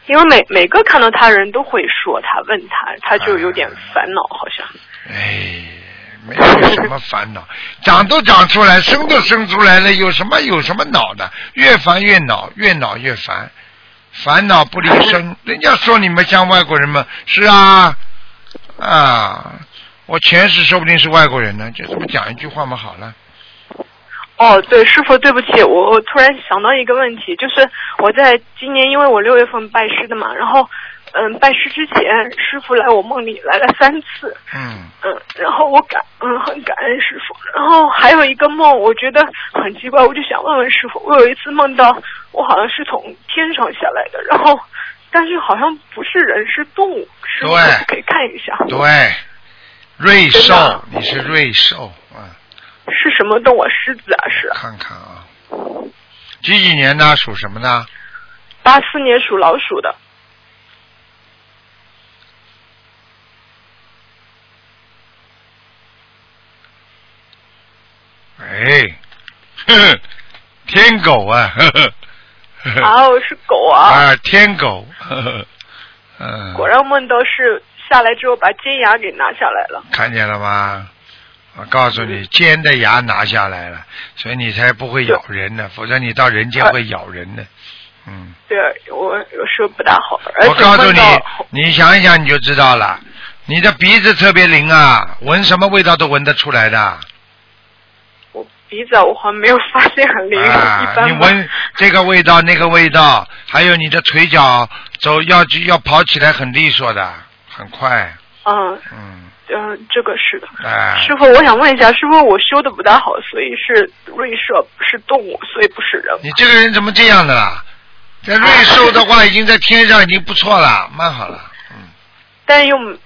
Speaker 7: 因为每每个看到他人都会说他，问他，他就有
Speaker 1: 嗯
Speaker 7: 点烦恼，好像。
Speaker 1: 哎，没有什么烦恼，长都长出来，生都生出来了，有什么有什么恼的？越烦越恼，越恼越烦，烦恼不离
Speaker 7: [laughs]
Speaker 1: 身。人家说你们像外国人吗？是啊，啊，我前世说不定是外国人呢，就这么讲一句话嘛，好了。
Speaker 7: 哦，对，师傅，对不起，我我突然想到一个问题，就是我在今年，因为我六月份拜师的嘛，然后，嗯，拜师之前，师傅来我梦里来了三次，
Speaker 1: 嗯，
Speaker 7: 嗯，然后我感，嗯，很感恩师傅。然后还有一个梦，我觉得很奇怪，我就想问问师傅，我有一次梦到我好像是从天上下来的，然后，但是好像不是人，是动物，师傅
Speaker 1: 对
Speaker 7: 可不可以看一下，
Speaker 1: 对，瑞
Speaker 7: 真的
Speaker 1: 兽
Speaker 7: 啊，
Speaker 1: 你是瑞兽啊，
Speaker 7: 是什么动物？狮子啊，是
Speaker 1: 看看啊，几几年的，属什么的？
Speaker 7: 八四年属老鼠的，
Speaker 1: 哎，呵呵天狗啊，呵呵呵呵
Speaker 7: 啊，我是狗啊。
Speaker 1: 啊，天狗， [laughs] 呵呵嗯，
Speaker 7: 果然梦到是下来之后把尖牙给拿下来了。
Speaker 1: 看见了吗？我告诉你，尖的牙拿下来了，所以你才不会咬人呢，否则你到人间会咬人的。嗯，
Speaker 7: 对我有时候不大好，而
Speaker 1: 我
Speaker 7: 且
Speaker 1: 告诉
Speaker 7: 梦
Speaker 1: 你
Speaker 7: 到，
Speaker 1: 你想一想你就知道了。你的鼻子特别灵啊，闻什么味道都闻得出来的。
Speaker 7: 我鼻子啊我好像没有发现很灵，一
Speaker 1: 啊，
Speaker 7: 般
Speaker 1: 你
Speaker 7: 吧
Speaker 1: 闻这个味道那个味道，还有你的腿脚走要去要跑起来很利索的，很快，
Speaker 7: 嗯
Speaker 1: 嗯，
Speaker 7: 嗯，这个是的。
Speaker 1: 哎
Speaker 7: 师，傅，我想问一下，师傅，我修的不大好，所以是瑞兽，不是动物，所以不是人。
Speaker 1: 你这个人怎么这样的啦？在瑞兽的话，已经在天上已经不错了，蛮好了。
Speaker 7: 但又嗯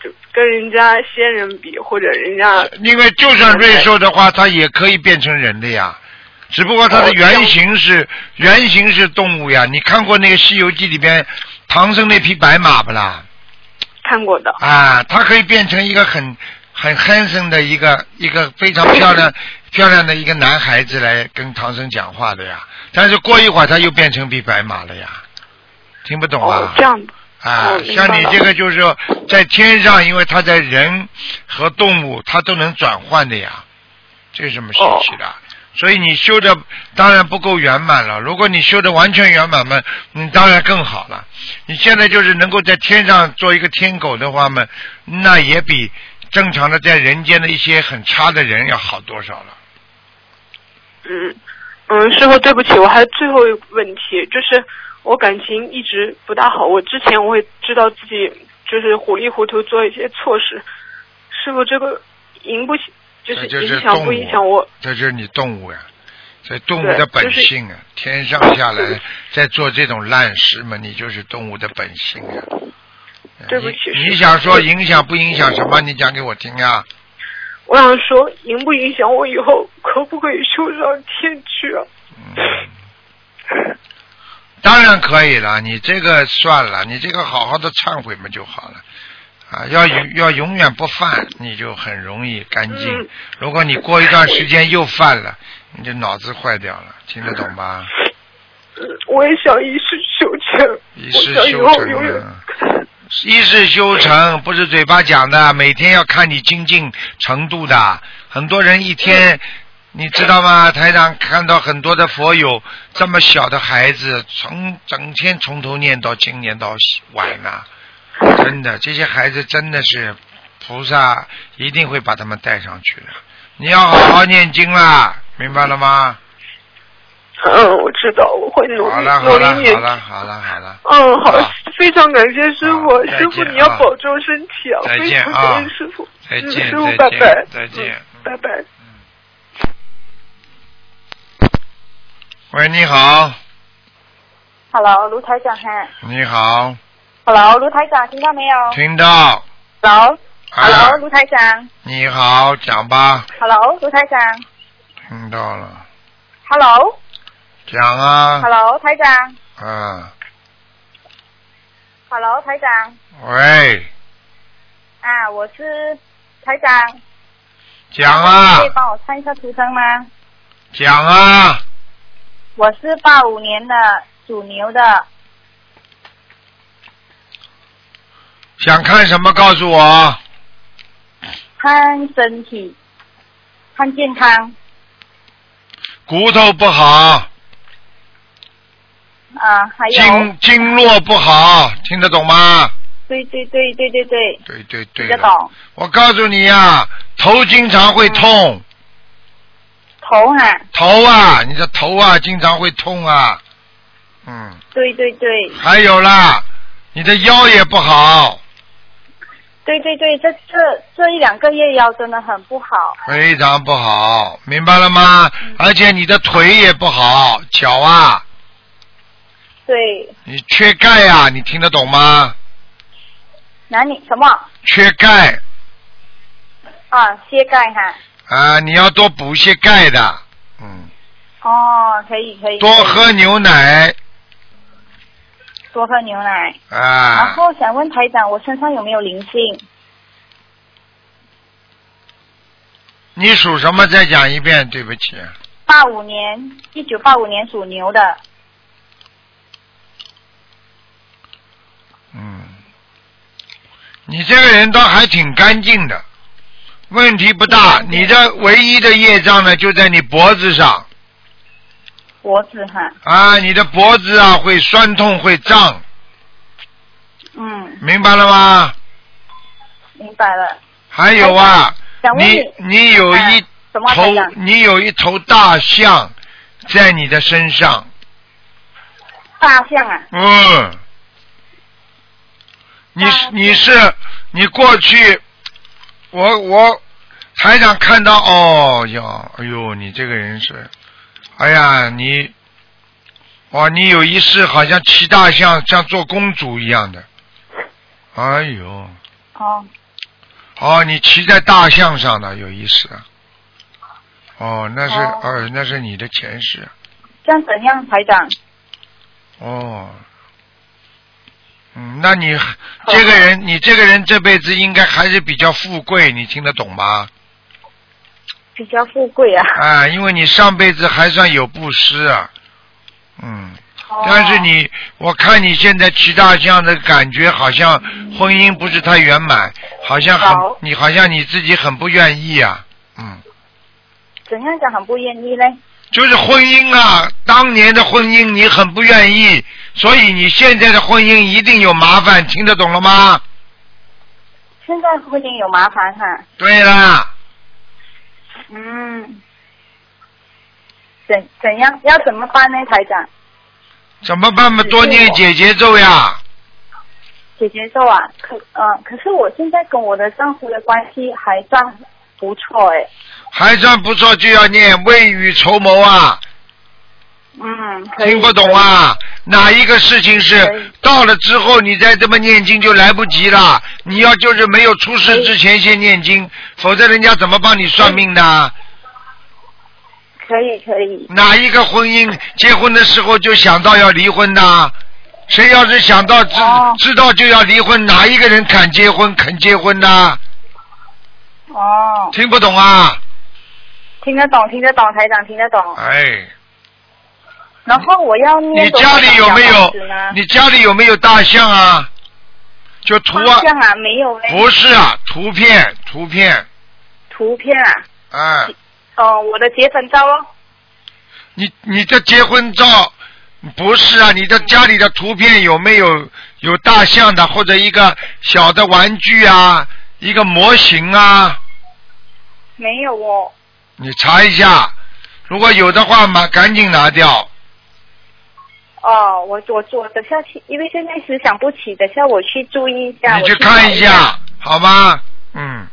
Speaker 7: 就跟人家仙人比，或者人家
Speaker 1: 因为就算瑞兽的话，它也可以变成人的呀，只不过它的原型
Speaker 7: 哦
Speaker 1: 是原型是动物呀。你看过那个《西游记》里边唐僧那匹白马不啦？
Speaker 7: 看过的，
Speaker 1: 啊，它可以变成一个很很 handsome 的一个一个非常漂亮漂亮的一个男孩子来跟唐僧讲话的呀。但是过一会儿他又变成匹白马了呀，听不懂
Speaker 7: 哦
Speaker 1: 啊，？
Speaker 7: 这样的，
Speaker 1: 啊
Speaker 7: 哦，明白
Speaker 1: 像你
Speaker 7: 了
Speaker 1: 这个就是说在天上，因为他在人和动物他都能转换的呀，这有什么稀奇的？啊
Speaker 7: 哦
Speaker 1: 所以你修的当然不够圆满了。如果你修的完全圆满嘛，你当然更好了。你现在就是能够在天上做一个天狗的话嘛，那也比正常的在人间的一些很差的人要好多少了。
Speaker 7: 嗯，嗯，师傅，对不起，我还有最后一个问题，就是我感情一直不大好。我之前我也知道自己就是糊里糊涂做一些错事，师傅这个影不就
Speaker 1: 这
Speaker 7: 是
Speaker 1: 就是
Speaker 7: 影响
Speaker 1: 动物
Speaker 7: 不影响我？
Speaker 1: 这就是你动物呀、这动物的
Speaker 7: 对
Speaker 1: 本
Speaker 7: 就是
Speaker 1: 性啊，天上下来
Speaker 7: 对
Speaker 1: 在做这种烂事嘛，你就是动物的本性啊。
Speaker 7: 对不起
Speaker 1: 你
Speaker 7: 师
Speaker 1: 你
Speaker 7: 傅
Speaker 1: 想说影响不影响什么？你讲给我听啊！
Speaker 7: 我想说，影不影响我以后可不可以修上天去啊？
Speaker 1: 嗯
Speaker 7: [laughs]
Speaker 1: 当然可以了，你这个算了，你这个好好的忏悔嘛就好了。啊，要永要永远不犯，你就很容易干净。
Speaker 7: 嗯
Speaker 1: 如果你过一段时间又犯了，你就脑子坏掉了，听得懂吧？
Speaker 7: 嗯，我也想一世修成，
Speaker 1: 一世
Speaker 7: 我想以
Speaker 1: 修
Speaker 7: 后
Speaker 1: 成
Speaker 7: 永远
Speaker 1: 啊一是修成，不是嘴巴讲的，每天要看你精进程度的。很多人一天，你知道吗？台长看到很多的佛友，这么小的孩子，从整天从头念到经，念到晚呐、真的，这些孩子真的是菩萨一定会把他们带上去的。你要好好念经啦，明白了吗？
Speaker 7: [laughs] 嗯，我知道，我会努
Speaker 1: 好
Speaker 7: 力
Speaker 1: 了
Speaker 7: 努
Speaker 1: 好
Speaker 7: 力
Speaker 1: 了
Speaker 7: 念
Speaker 1: 好了好了好了，
Speaker 7: 嗯，好
Speaker 1: 啊，
Speaker 7: 非常感谢师
Speaker 1: 好
Speaker 7: 傅，
Speaker 1: 再见
Speaker 7: 师傅你要
Speaker 1: 啊
Speaker 7: 保重身体啊，
Speaker 1: 再
Speaker 7: 非
Speaker 1: 见
Speaker 7: 常
Speaker 1: 啊
Speaker 7: 感谢师傅，
Speaker 1: 再
Speaker 7: 嗯
Speaker 1: 见
Speaker 7: 师傅
Speaker 1: 再
Speaker 7: 拜
Speaker 1: 见
Speaker 7: 拜，
Speaker 1: 再见
Speaker 7: 嗯拜拜。
Speaker 1: 喂，你好，
Speaker 4: Hello，卢台长嗨
Speaker 1: 你好，
Speaker 4: ，Hello，卢台长，听到没有
Speaker 1: 听到。
Speaker 4: ？Hello，Hello，、
Speaker 1: 啊，
Speaker 4: 卢台长
Speaker 1: 你好，讲吧，
Speaker 4: ，Hello，卢台长，
Speaker 1: 听到了，
Speaker 4: Hello，Hello，、
Speaker 1: 讲啊，
Speaker 4: 台长
Speaker 1: 啊，
Speaker 4: ，Hello，台长，
Speaker 1: 喂，
Speaker 4: 啊，我是台长，
Speaker 1: 讲啊
Speaker 4: 可以，帮我看一下图腾吗？
Speaker 1: 讲啊，
Speaker 4: 我是八五年的，属牛的，
Speaker 1: 想看什么告诉我？
Speaker 4: 看身体，看健康，
Speaker 1: 骨头不好，
Speaker 4: 啊，还有，
Speaker 1: 经经络不好，听得懂吗？
Speaker 4: 对对对对对对，
Speaker 1: 对对
Speaker 4: 听
Speaker 1: 对
Speaker 4: 得
Speaker 1: 了，
Speaker 4: 懂，
Speaker 1: 我告诉你啊，头经常会痛，
Speaker 4: 头啊，
Speaker 1: 头啊，你的头啊经常会痛啊，嗯，
Speaker 4: 对对对
Speaker 1: 还有啦，你的腰也不好，
Speaker 4: 对对对，这这这一两个月腰真的很不好，嗯
Speaker 1: 非常不好，明白了吗？而且你的腿也不好，脚啊，
Speaker 4: 对，
Speaker 1: 你缺钙啊，你听得懂吗？
Speaker 4: 哪里什么
Speaker 1: 缺钙
Speaker 4: 啊？膝盖哈、
Speaker 1: 啊、你要多补一些钙的，嗯，
Speaker 4: 哦，可以可以，
Speaker 1: 多喝牛奶
Speaker 4: 多喝牛奶。然
Speaker 1: 啊、
Speaker 4: 后想问台长，我身上有没有灵性？
Speaker 1: 你属什么？再讲一遍，对不起，
Speaker 4: 八五年，一九八五年属牛的，
Speaker 1: 嗯，你这个人倒还挺干净的，问题不大。
Speaker 4: 挺干净
Speaker 1: 你的唯一的业障呢，就在你脖子上
Speaker 4: 脖子哈，
Speaker 1: 啊，你的脖子啊会酸痛会胀，
Speaker 4: 嗯，
Speaker 1: 明白了吗？
Speaker 4: 明白了。
Speaker 1: 还有啊，
Speaker 4: 哎想问
Speaker 1: 你你有一
Speaker 4: 哎什么
Speaker 1: 头
Speaker 4: 台长，？
Speaker 1: 你有一头大象在你的身上，
Speaker 4: 大象啊，
Speaker 1: 嗯，你
Speaker 4: 大象
Speaker 1: 你是你过去，我我台长看到，哦哟，哎呦，你这个人是，哎呀，你，哇，你有一世好像骑大象，像做公主一样的，哎呦，
Speaker 4: 哦，
Speaker 1: 哦，你骑在大象上的有意思啊。哦，那是
Speaker 4: 哦
Speaker 1: 哦，那是你的前世。
Speaker 4: 这样怎样，台长？
Speaker 1: 哦，嗯，那你这个人，你这个人这辈子应该还是比较富贵，你听得懂吗？
Speaker 4: 比较富贵啊。
Speaker 1: 啊，因为你上辈子还算有布施啊。嗯，
Speaker 4: 哦
Speaker 1: 但是你，我看你现在骑大象的感觉，好像婚姻不是太圆满，好像很
Speaker 4: 好，
Speaker 1: 你好像你自己很不愿意啊。嗯。
Speaker 4: 怎样讲很不愿意嘞？
Speaker 1: 就是婚姻啊，当年的婚姻你很不愿意，所以你现在的婚姻一定有麻烦，听得懂了吗？
Speaker 4: 现在婚姻有麻烦哈，
Speaker 1: 对啦，
Speaker 4: 嗯，怎怎样要怎么办呢，台长？
Speaker 1: 怎么办嘛？多念姐姐咒呀，
Speaker 4: 姐姐咒啊，可嗯、可是我现在跟我的丈夫的关系还算不错哎，
Speaker 1: 还算不错，就要念未雨绸缪啊，
Speaker 4: 嗯，可以
Speaker 1: 听不懂啊？哪一个事情
Speaker 4: 可
Speaker 1: 是
Speaker 4: 以
Speaker 1: 到了之后你再这么念经就来不及了？你要就是没有出事
Speaker 4: 可以
Speaker 1: 之前先念经，否则人家怎么帮你算命的啊？
Speaker 4: 可以可以，
Speaker 1: 哪一个婚姻结婚的时候就想到要离婚的？谁要是想到知、
Speaker 4: 哦
Speaker 1: 知道就要离婚，哪一个人敢结婚肯结婚的？
Speaker 4: 哦，
Speaker 1: 听不懂啊？
Speaker 4: 听得懂听得懂，台长听得懂。
Speaker 1: 哎，
Speaker 4: 然后我要念
Speaker 1: 你家里有没有
Speaker 4: 多少张小房子呢？
Speaker 1: 你家里有没有大象啊？就图啊
Speaker 4: 方？向啊，没有嘞，
Speaker 1: 不是啊，图片图片，
Speaker 4: 图片啊，
Speaker 1: 哎，
Speaker 4: 哦，我的结婚照哦，
Speaker 1: 你你的结婚照不是啊？你的家里的图片有没有有大象的或者一个小的玩具啊，一个模型啊？
Speaker 4: 没有哦，
Speaker 1: 你查一下，如果有的话嘛，赶紧拿掉。
Speaker 4: 哦，我我我等下去，因为现在是想不起，等下我去注意一下，
Speaker 1: 你
Speaker 4: 我
Speaker 1: 去
Speaker 4: 去找
Speaker 1: 看一
Speaker 4: 一
Speaker 1: 下，好吗？嗯，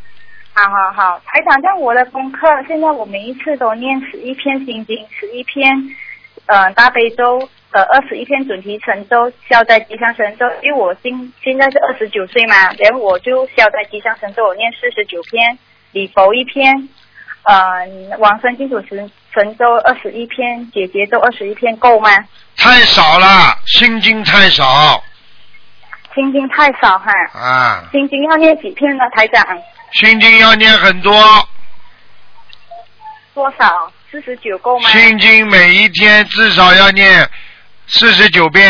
Speaker 4: 好好好，台长，像我的功课，现在我每一次都念十一篇心经，十一篇，呃，大悲咒，呃，二十一篇准提神咒，消灾吉祥神咒。因为我今现在是二十九岁嘛，然后我就消灾吉祥神咒，我念四十九篇，礼佛一篇，嗯、往生净土神神咒二十一篇，解结咒二十一篇够吗？
Speaker 1: 太少了，心经太少
Speaker 4: 心经太少哈，
Speaker 1: 啊，
Speaker 4: 心经要念几篇呢？台长，
Speaker 1: 心经要念很多，
Speaker 4: 多少？四十九够吗？
Speaker 1: 心经每一天至少要念四十九遍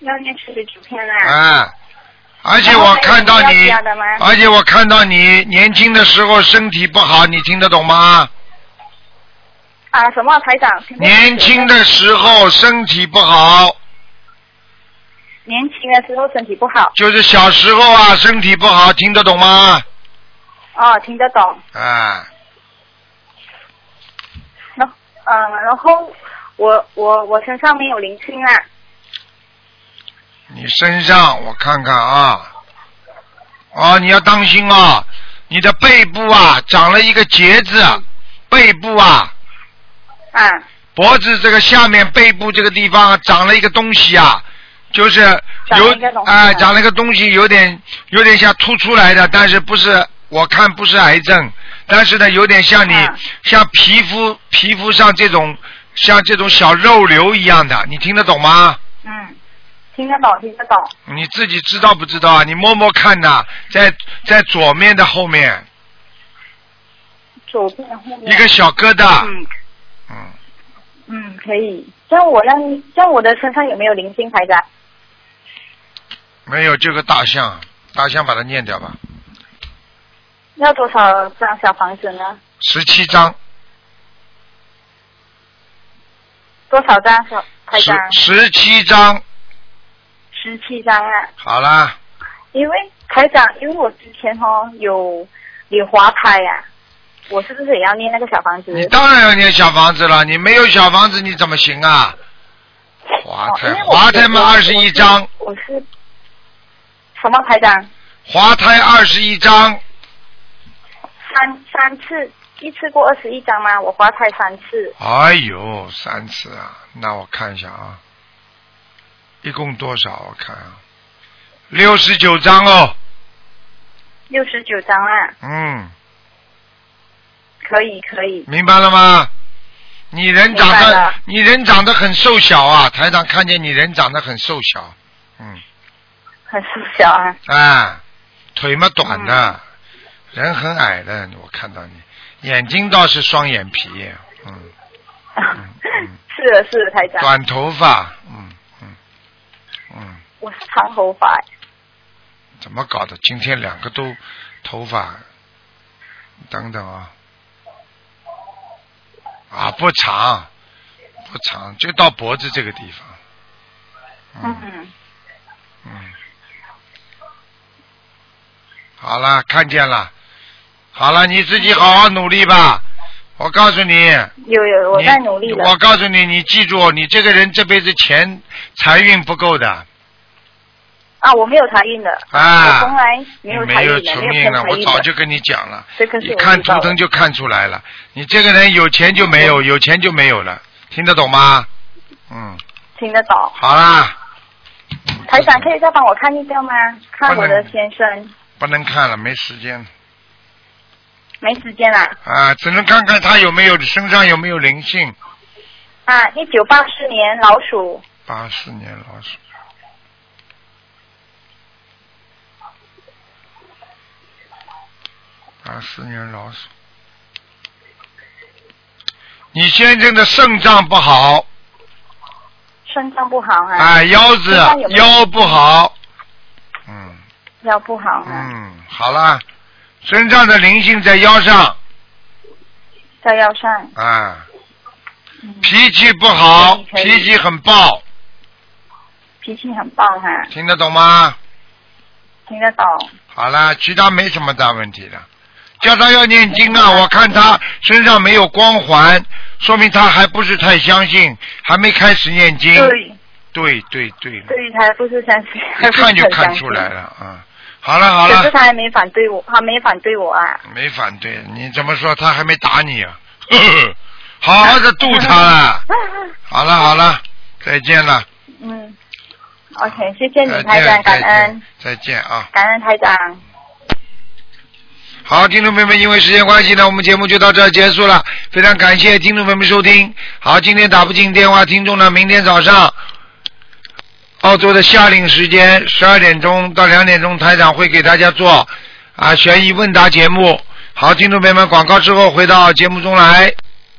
Speaker 4: 要念四十九篇啦。
Speaker 1: 啊。而且
Speaker 4: 然后
Speaker 1: 我
Speaker 4: 还有
Speaker 1: 看到
Speaker 4: 什么要
Speaker 1: 你
Speaker 4: 加的吗，
Speaker 1: 而且我看到你年轻的时候身体不好，你听得懂吗？
Speaker 4: 啊，什么台长？
Speaker 1: 年轻的时候身体不好，
Speaker 4: 年轻的时候身体不好，
Speaker 1: 就是小时候啊，身体不好，听得懂吗？
Speaker 4: 哦，听得懂。
Speaker 1: 啊，
Speaker 4: 然后，嗯、然后我我我身上没有灵性啊啦，
Speaker 1: 你身上我看看啊，哦，你要当心啊，你的背部啊长了一个结子，背部啊，
Speaker 4: 啊，
Speaker 1: 脖子这个下面背部这个地方啊长了一个东西啊，就是
Speaker 4: 长
Speaker 1: 有
Speaker 4: 了一个东西
Speaker 1: 啊、
Speaker 4: 啊
Speaker 1: 长了一个东西，有点有点像凸出来的，但是不是我看不是癌症，但是呢有点像你、
Speaker 4: 啊
Speaker 1: 像皮肤皮肤上这种像这种小肉瘤一样的，你听得懂吗？
Speaker 4: 嗯，听得懂，听得懂。
Speaker 1: 你自己知道不知道啊？你摸摸看呐、在在左面的后面
Speaker 4: 左边后面
Speaker 1: 一个小疙瘩，
Speaker 4: 嗯
Speaker 1: 嗯，
Speaker 4: 嗯，可以。像我那像我的身上有没有灵性台长？
Speaker 1: 没有这个大象，大象把它念掉吧，
Speaker 4: 要多少张小房子呢？
Speaker 1: 十七章，
Speaker 4: 多少张小台
Speaker 1: 十
Speaker 4: 长？
Speaker 1: 十七章，
Speaker 4: 十七张啊。
Speaker 1: 好啦，
Speaker 4: 因为台长，因为我之前哦有有华拍呀、啊，我是不是也要念那个小房子？
Speaker 1: 你当然要念小房子了，你没有小房子你怎么行啊？华
Speaker 4: 哦因
Speaker 1: 泰
Speaker 4: 为我
Speaker 1: 华泰嘛
Speaker 4: 我
Speaker 1: 二十一章，
Speaker 4: 我是什么台长？
Speaker 1: 华泰二十一章，
Speaker 4: 三三次，一次过二十一张吗？我滑胎三次，
Speaker 1: 哎呦，三次啊！那我看一下啊，一共多少？我看啊，六十九章哦。
Speaker 4: 六十九张啦，
Speaker 1: 嗯，
Speaker 4: 可以可以，
Speaker 1: 明白了吗？你人长
Speaker 4: 明白
Speaker 1: 得
Speaker 4: 了，
Speaker 1: 你人长得很瘦小啊！台长看见你人长得很瘦小，嗯，
Speaker 4: 很瘦小啊。
Speaker 1: 啊，腿嘛短的，人很矮的，我看到你，眼睛倒是双眼皮，嗯，嗯
Speaker 4: [laughs] 是的，是的，台长，
Speaker 1: 短头发，嗯嗯嗯，
Speaker 4: 我是长头发，
Speaker 1: 怎么搞的？今天两个都头发，等等啊，啊不长，不长，就到脖子这个地方。嗯
Speaker 4: 嗯，
Speaker 1: 嗯，好了，看见了，好了，你自己好好努力吧。我告诉你，
Speaker 4: 有有，我
Speaker 1: 你
Speaker 4: 在努力了，
Speaker 1: 我告诉你，你记住，你这个人这辈子钱财运不够的。
Speaker 4: 啊，我没有怀孕的，
Speaker 1: 啊，
Speaker 4: 我从来没有
Speaker 1: 你
Speaker 4: 怀
Speaker 1: 没
Speaker 4: 孕
Speaker 1: 有
Speaker 4: 的，
Speaker 1: 成
Speaker 4: 没有
Speaker 1: 命
Speaker 4: 偏
Speaker 1: 了，
Speaker 4: 财
Speaker 1: 我
Speaker 4: 运
Speaker 1: 早
Speaker 4: 的，
Speaker 1: 就跟你讲了，
Speaker 4: 这个是
Speaker 1: 一
Speaker 4: 我
Speaker 1: 看
Speaker 4: 遇
Speaker 1: 图
Speaker 4: 到
Speaker 1: 腾
Speaker 4: 的，
Speaker 1: 就看出来了，你这个人有钱就没有，有钱就没有了，听得懂吗？嗯，
Speaker 4: 听得懂。
Speaker 1: 好啦，嗯
Speaker 4: 台长可以再帮我看一下吗？看我的先生，
Speaker 1: 不能看了，没时间
Speaker 4: 没时间啦。
Speaker 1: 啊，只能看看他有没有身上有没有灵性。
Speaker 4: 啊，一九八四年老鼠，
Speaker 1: 八四年老鼠，八四年老鼠，你先生的肾脏不好。
Speaker 4: 肾脏不好啊，
Speaker 1: 哎，腰子
Speaker 4: 身上有没有
Speaker 1: 腰不好，嗯
Speaker 4: 腰不好啊，
Speaker 1: 嗯，好了，身上的灵性在腰上
Speaker 4: 在腰上。
Speaker 1: 啊，
Speaker 4: 嗯
Speaker 1: 脾气不好，
Speaker 4: 可以可以
Speaker 1: 脾气很暴，
Speaker 4: 脾气很暴哈、
Speaker 1: 听得懂吗？
Speaker 4: 听得懂。
Speaker 1: 好了，其他没什么大问题的，叫他要念经
Speaker 4: 没什
Speaker 1: 啊，
Speaker 4: 么
Speaker 1: 我看他身上没有光环，说明他还不是太相信，还没开始念经。
Speaker 4: 对，
Speaker 1: 对对对，
Speaker 4: 对于他不是相信，
Speaker 1: 一看就看出来了啊。好了好
Speaker 4: 还不是
Speaker 1: 了
Speaker 4: 很相信。可是，他还没反对我，他没反对我啊！
Speaker 1: 没反对，你怎么说他还没打你
Speaker 4: [laughs]
Speaker 1: 啊？呵呵好好的度他了。好了好了，再见了。
Speaker 4: 嗯，OK，谢谢
Speaker 1: 呃再
Speaker 4: 你
Speaker 1: 见再
Speaker 4: 台长，感
Speaker 1: 见
Speaker 4: 恩，
Speaker 1: 再见啊！
Speaker 4: 感恩台长。
Speaker 1: 好，听众朋友们，因为时间关系呢，我们节目就到这儿结束了。非常感谢听众朋友们收听。好，今天打不进电话，听众呢，明天早上澳洲的夏令时间十二点钟到两点钟，台长会给大家做啊悬疑问答节目。好，听众朋友们，广告之后回到节目中来。